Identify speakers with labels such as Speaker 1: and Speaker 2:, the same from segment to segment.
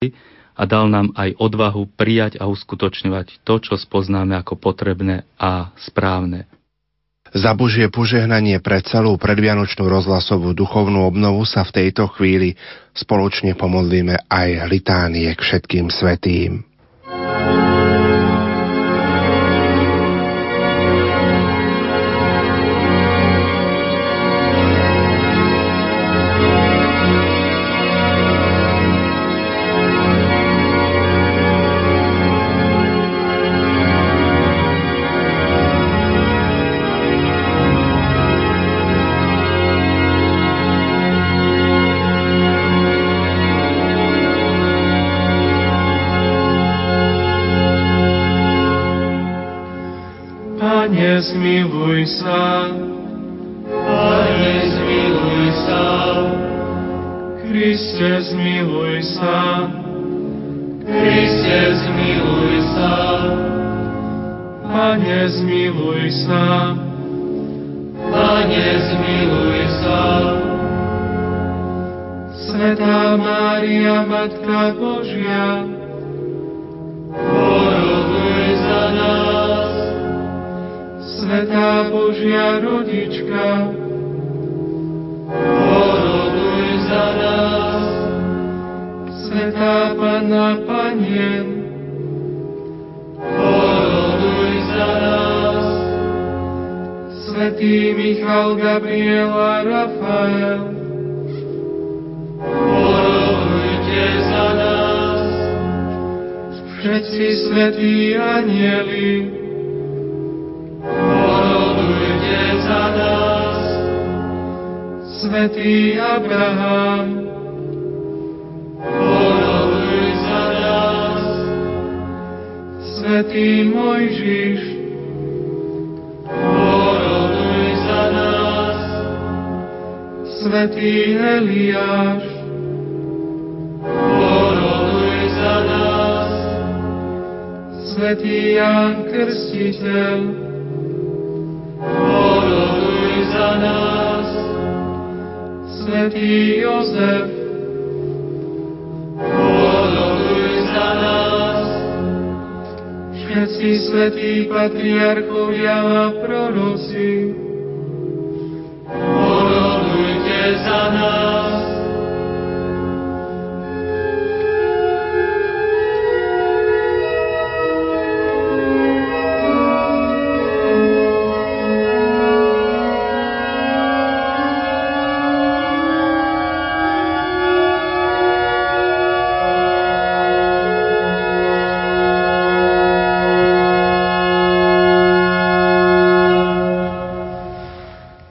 Speaker 1: veci a dal nám aj odvahu prijať a uskutočňovať to, čo spoznáme ako potrebné a správne.
Speaker 2: Za Božie požehnanie pre celú predvianočnú rozhlasovú duchovnú obnovu sa v tejto chvíli spoločne pomodlíme aj litánie k všetkým svetým.
Speaker 3: zmiluj sa. Pane, zmiluj sa. Kriste, zmiluj sa. Kriste, zmiluj sa. Pane, zmiluj sa. Pane, zmiluj sa. Svetá Mária, Matka Božia, poroduj za nás. Svetá Božia Rodička, poroduj za nás. Svetá Panna Panien, poroduj za nás. Svetý Michal, Gabriel a Rafael, porodujte za nás. Všetci svetí anieli, Porodujte za nás, Svetý Abraham. Poroduj za nás, Svetý Mojžiš. Poroduj za nás, Svetý Eliáš. Poroduj za nás, Svetý Ján Krstiteľ. Poroduj za nás, Svetý Jozef. Poroduj za nás, všetci svetí patriarchovia a proroci. Porodujte za nás,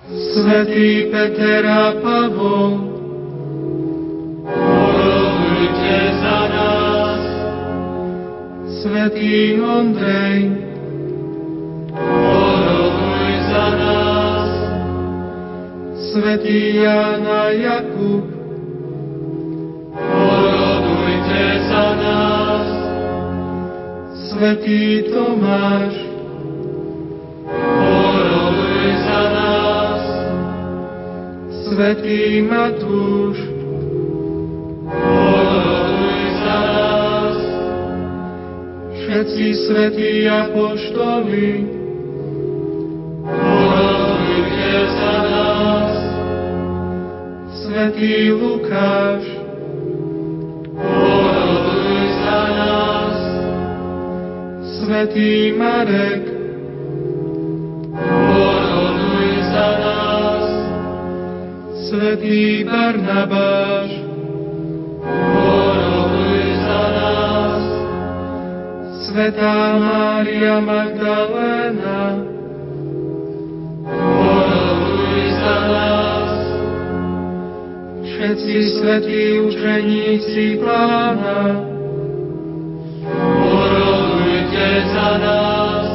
Speaker 3: svätý Peter a Pavol, porodujte za nás. Svetý Ondrej, poroduj za nás. Svetý Ján a Jakub, porodujte za nás. Svetý Tomáš, poroduj za nás. Svetý Matúš, poroduj za nás. Všetci svetí apoštoli, porodujte za nás. Svetý Lukáš, poroduj za nás. Svetý Marek, poroduj za nás. Svetý Barnabáš, poroduj za nás. Svetá Mária Magdalena, poroduj za nás. Všetci svetí učeníci Pána, porodujte za nás.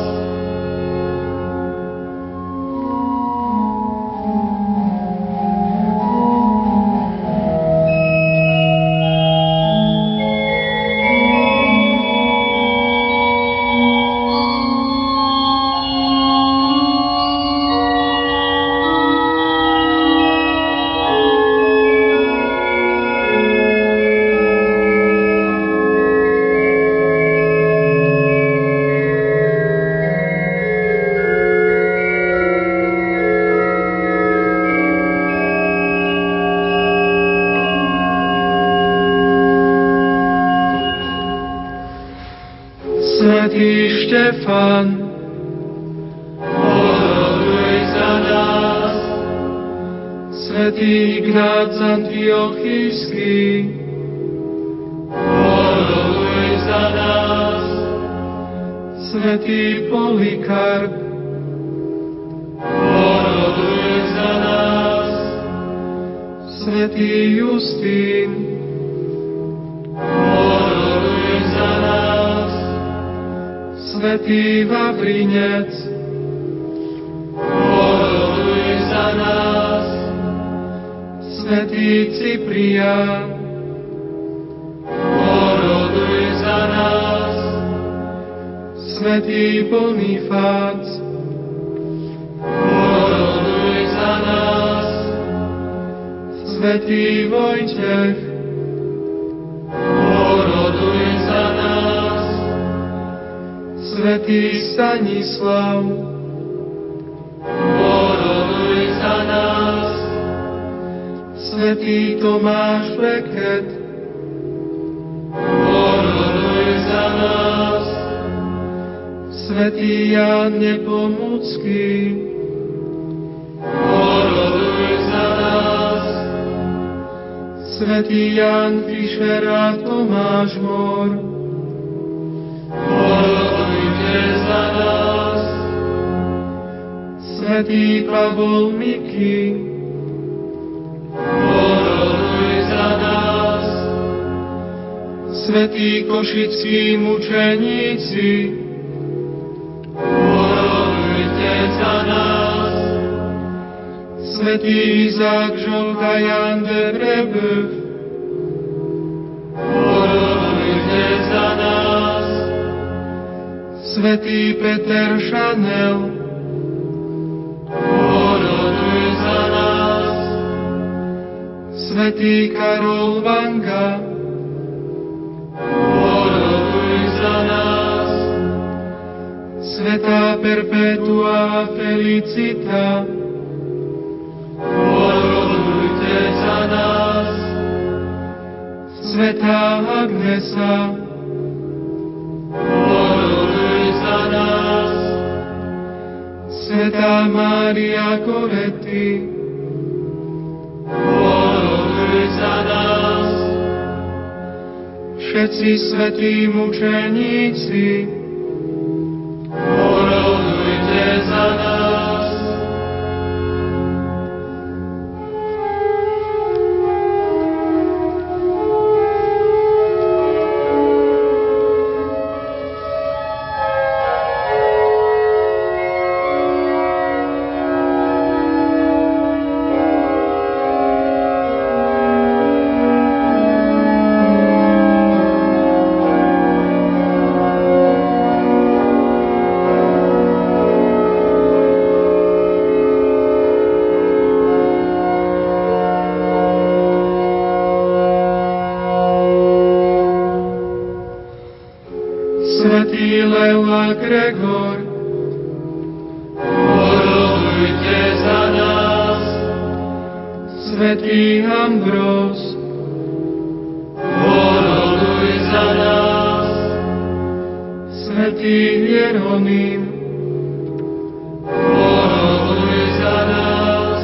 Speaker 3: svätý Štefan,
Speaker 4: Oroduj za nás,
Speaker 3: svätý Ignác Antiochísky,
Speaker 4: oroduj za nás,
Speaker 3: svätý Polikarp,
Speaker 4: oroduj za nás,
Speaker 3: svätý Justín,
Speaker 4: oroduj za nás,
Speaker 3: svätý Vavrinec,
Speaker 4: oroduj za nás,
Speaker 3: svätý Ciprián,
Speaker 4: oroduj za nás,
Speaker 3: svätý Bonifác,
Speaker 4: oroduj za nás,
Speaker 3: svätý Vojtech,
Speaker 4: oroduj za nás,
Speaker 3: svätý Stanislav,
Speaker 4: oroduj za nás,
Speaker 3: svätý Tomáš Beket,
Speaker 4: oroduj za nás,
Speaker 3: svätý Ján Nepomucký,
Speaker 4: oroduj za nás,
Speaker 3: svätý Ján Fischer a Tomáš Mor,
Speaker 4: orodujte za nás,
Speaker 3: svätý Pavol Miky,
Speaker 4: oroduj za nás,
Speaker 3: svätí Košickí mučeníci,
Speaker 4: orodujte za nás,
Speaker 3: svätý Izák Žolkajan de Brebev,
Speaker 4: orodujte za nás,
Speaker 3: svätý Peter Šanel,
Speaker 4: oroduj za nás,
Speaker 3: svätý Karol Vanga,
Speaker 4: oroduj za nás,
Speaker 3: svätá Perpetua Felicita,
Speaker 4: orodujte za nás,
Speaker 3: svätá Agnesa,
Speaker 4: oroduj za nás,
Speaker 3: svätá Mária Koretti,
Speaker 4: oroduj za nás,
Speaker 3: všetci svätí mučeníci,
Speaker 4: orodujte za nás.
Speaker 3: svätý Leo a Gregor,
Speaker 4: Orodujte za nás,
Speaker 3: svätý Ambrós,
Speaker 4: oroduj za nás,
Speaker 3: svätý Hieronym,
Speaker 4: oroduj za nás,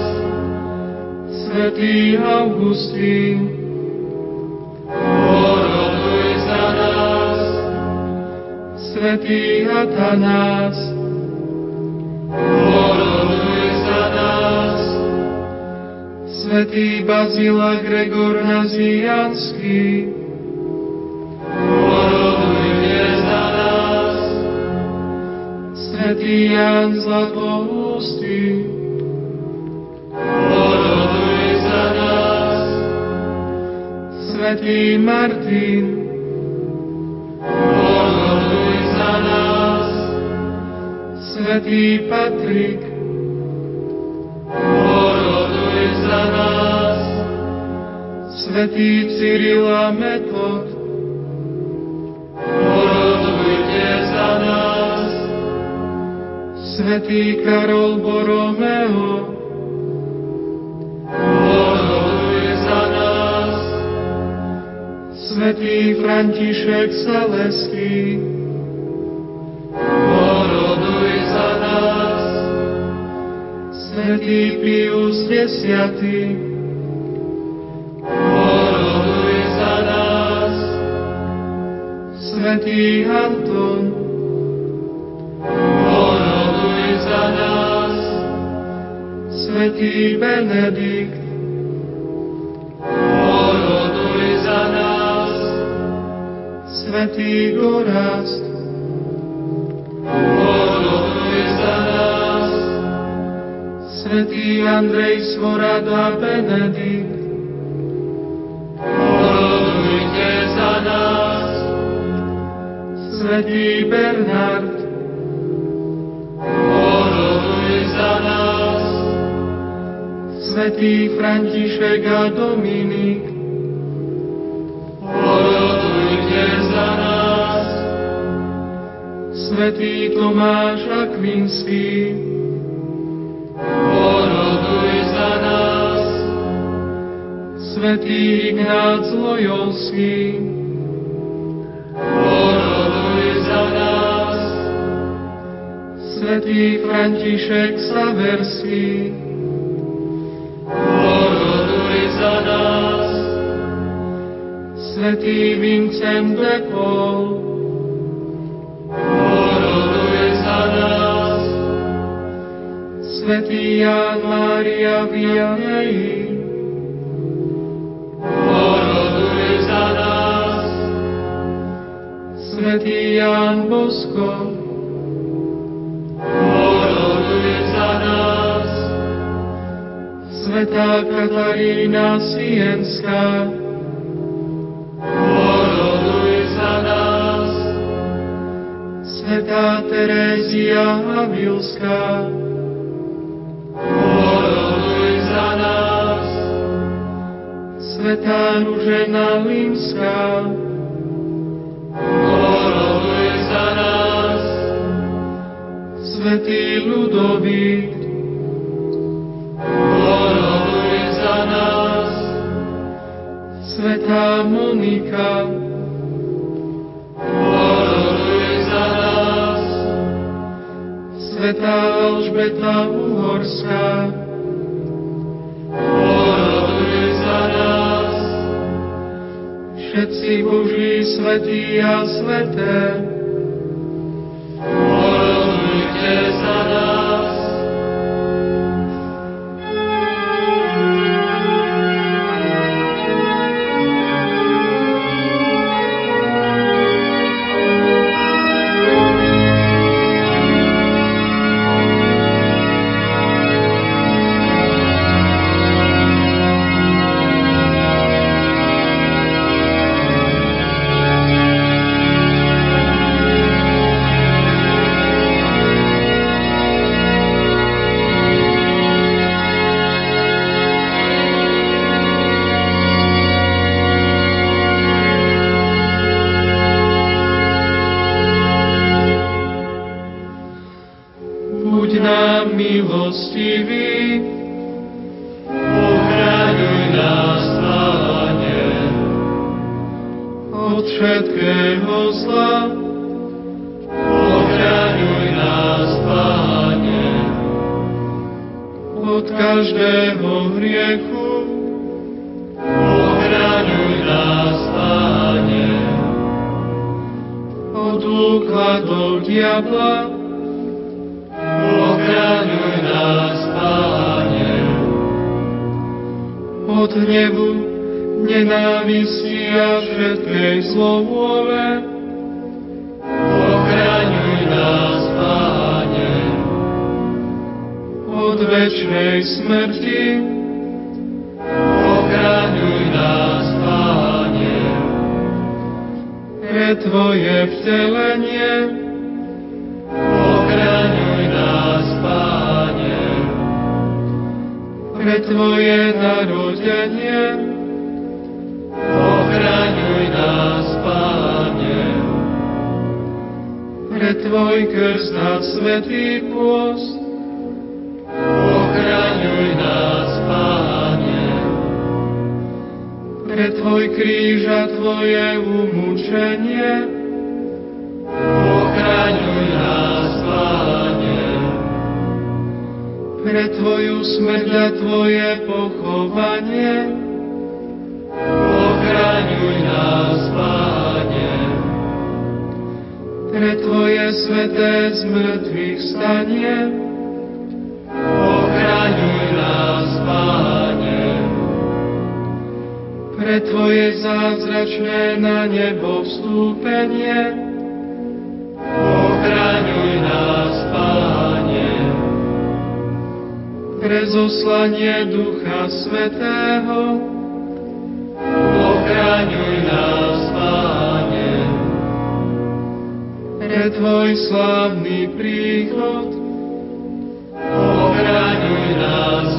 Speaker 3: svätý Augustín,
Speaker 4: oroduj za nás,
Speaker 3: svätý Atanás,
Speaker 4: oroduj za nás,
Speaker 3: svätý Bazila Gregor Nazianský,
Speaker 4: orodujte za nás,
Speaker 3: svätý Ján Zlatoústy,
Speaker 4: oroduj za nás,
Speaker 3: svätý Martin,
Speaker 4: oroduj za nás,
Speaker 3: svätý Patrik,
Speaker 4: oroduj za nás,
Speaker 3: svätý Cyril a Metod,
Speaker 4: orodujte za nás,
Speaker 3: svätý Karol Boromeo,
Speaker 4: oroduj za nás,
Speaker 3: Svetý František Saleský,
Speaker 4: Oroduj za nás,
Speaker 3: svätý Pius X.
Speaker 4: Poroduj za nás,
Speaker 3: Svätý Anton,
Speaker 4: poroduj za nás,
Speaker 3: Svätý Benedikt,
Speaker 4: poroduj za nás,
Speaker 3: Svätý Gorast,
Speaker 4: poroduj za nás,
Speaker 3: Svätý Andrej Svorada Benedikt,
Speaker 4: porodujte za nás,
Speaker 3: Svätý Bernard,
Speaker 4: poroduj za nás,
Speaker 3: Svätý František a Dominik,
Speaker 4: porodujte za nás,
Speaker 3: Svätý Tomáš Akvinský,
Speaker 4: poroduj za nás,
Speaker 3: Svätý Ignác Loyolský,
Speaker 4: poroduj za nás,
Speaker 3: Svätý František Saverský,
Speaker 4: poroduj za nás,
Speaker 3: Svätý Vincent de Paul,
Speaker 4: poroduj za nás,
Speaker 3: Svätý Ján Mária Vianney,
Speaker 4: poroduj za nás,
Speaker 3: Svätý Ján Bosko,
Speaker 4: poroduj za nás,
Speaker 3: Svätá Katarína Sienská,
Speaker 4: poroduj za nás,
Speaker 3: Svätá Terézia Havilská,
Speaker 4: poroduj za nás,
Speaker 3: Svätá Ružena Limská,
Speaker 4: poroduj za nás,
Speaker 3: Svätý Ludovík,
Speaker 4: poroduj za nás,
Speaker 3: Svätá Monika,
Speaker 4: poroduj za nás,
Speaker 3: Svätá Alžbeta Uhorská,
Speaker 4: poroduj za nás,
Speaker 3: všetci Boží svätí a sveté,
Speaker 4: porodujte za nás.
Speaker 3: buď nám milostivý,
Speaker 4: Uchraňuj nás, Pane,
Speaker 3: od všetkého zla,
Speaker 4: uchraňuj nás, Pane,
Speaker 3: od každého hriechu,
Speaker 4: uchraňuj nás, Pane,
Speaker 3: od úkladov diabla,
Speaker 4: uchraňuj nás, Pane,
Speaker 3: od hnevu, nenávisti a všetkej zlovôle,
Speaker 4: uchraňuj nás, Pane,
Speaker 3: od večnej smrti,
Speaker 4: uchraňuj nás, Pane,
Speaker 3: pre Tvoje vtelenie,
Speaker 4: uchraňuj nás, Pane.
Speaker 3: pre Tvoje narodenie,
Speaker 4: Ochraňuj nás, Pane,
Speaker 3: pre Tvoj krst a svetý pôst,
Speaker 4: ochraňuj nás, Pane,
Speaker 3: pre Tvoj kríž a Tvoje umúčenie,
Speaker 4: ochraňuj nás, Pane,
Speaker 3: pre pre Tvoju smrť a Tvoje pochovanie.
Speaker 4: Ochraňuj nás, Pane,
Speaker 3: Pre Tvoje sveté zmrtvých stanie.
Speaker 4: ochraňuj nás, Pane,
Speaker 3: Pre Tvoje zázračné na nebo vstúpenie.
Speaker 4: ochraňuj nás, Pane,
Speaker 3: Pre zoslanie Ducha Svetého.
Speaker 4: ochraňuj nás, Pane,
Speaker 3: Pre Tvoj slávny príchod.
Speaker 4: ochraňuj nás,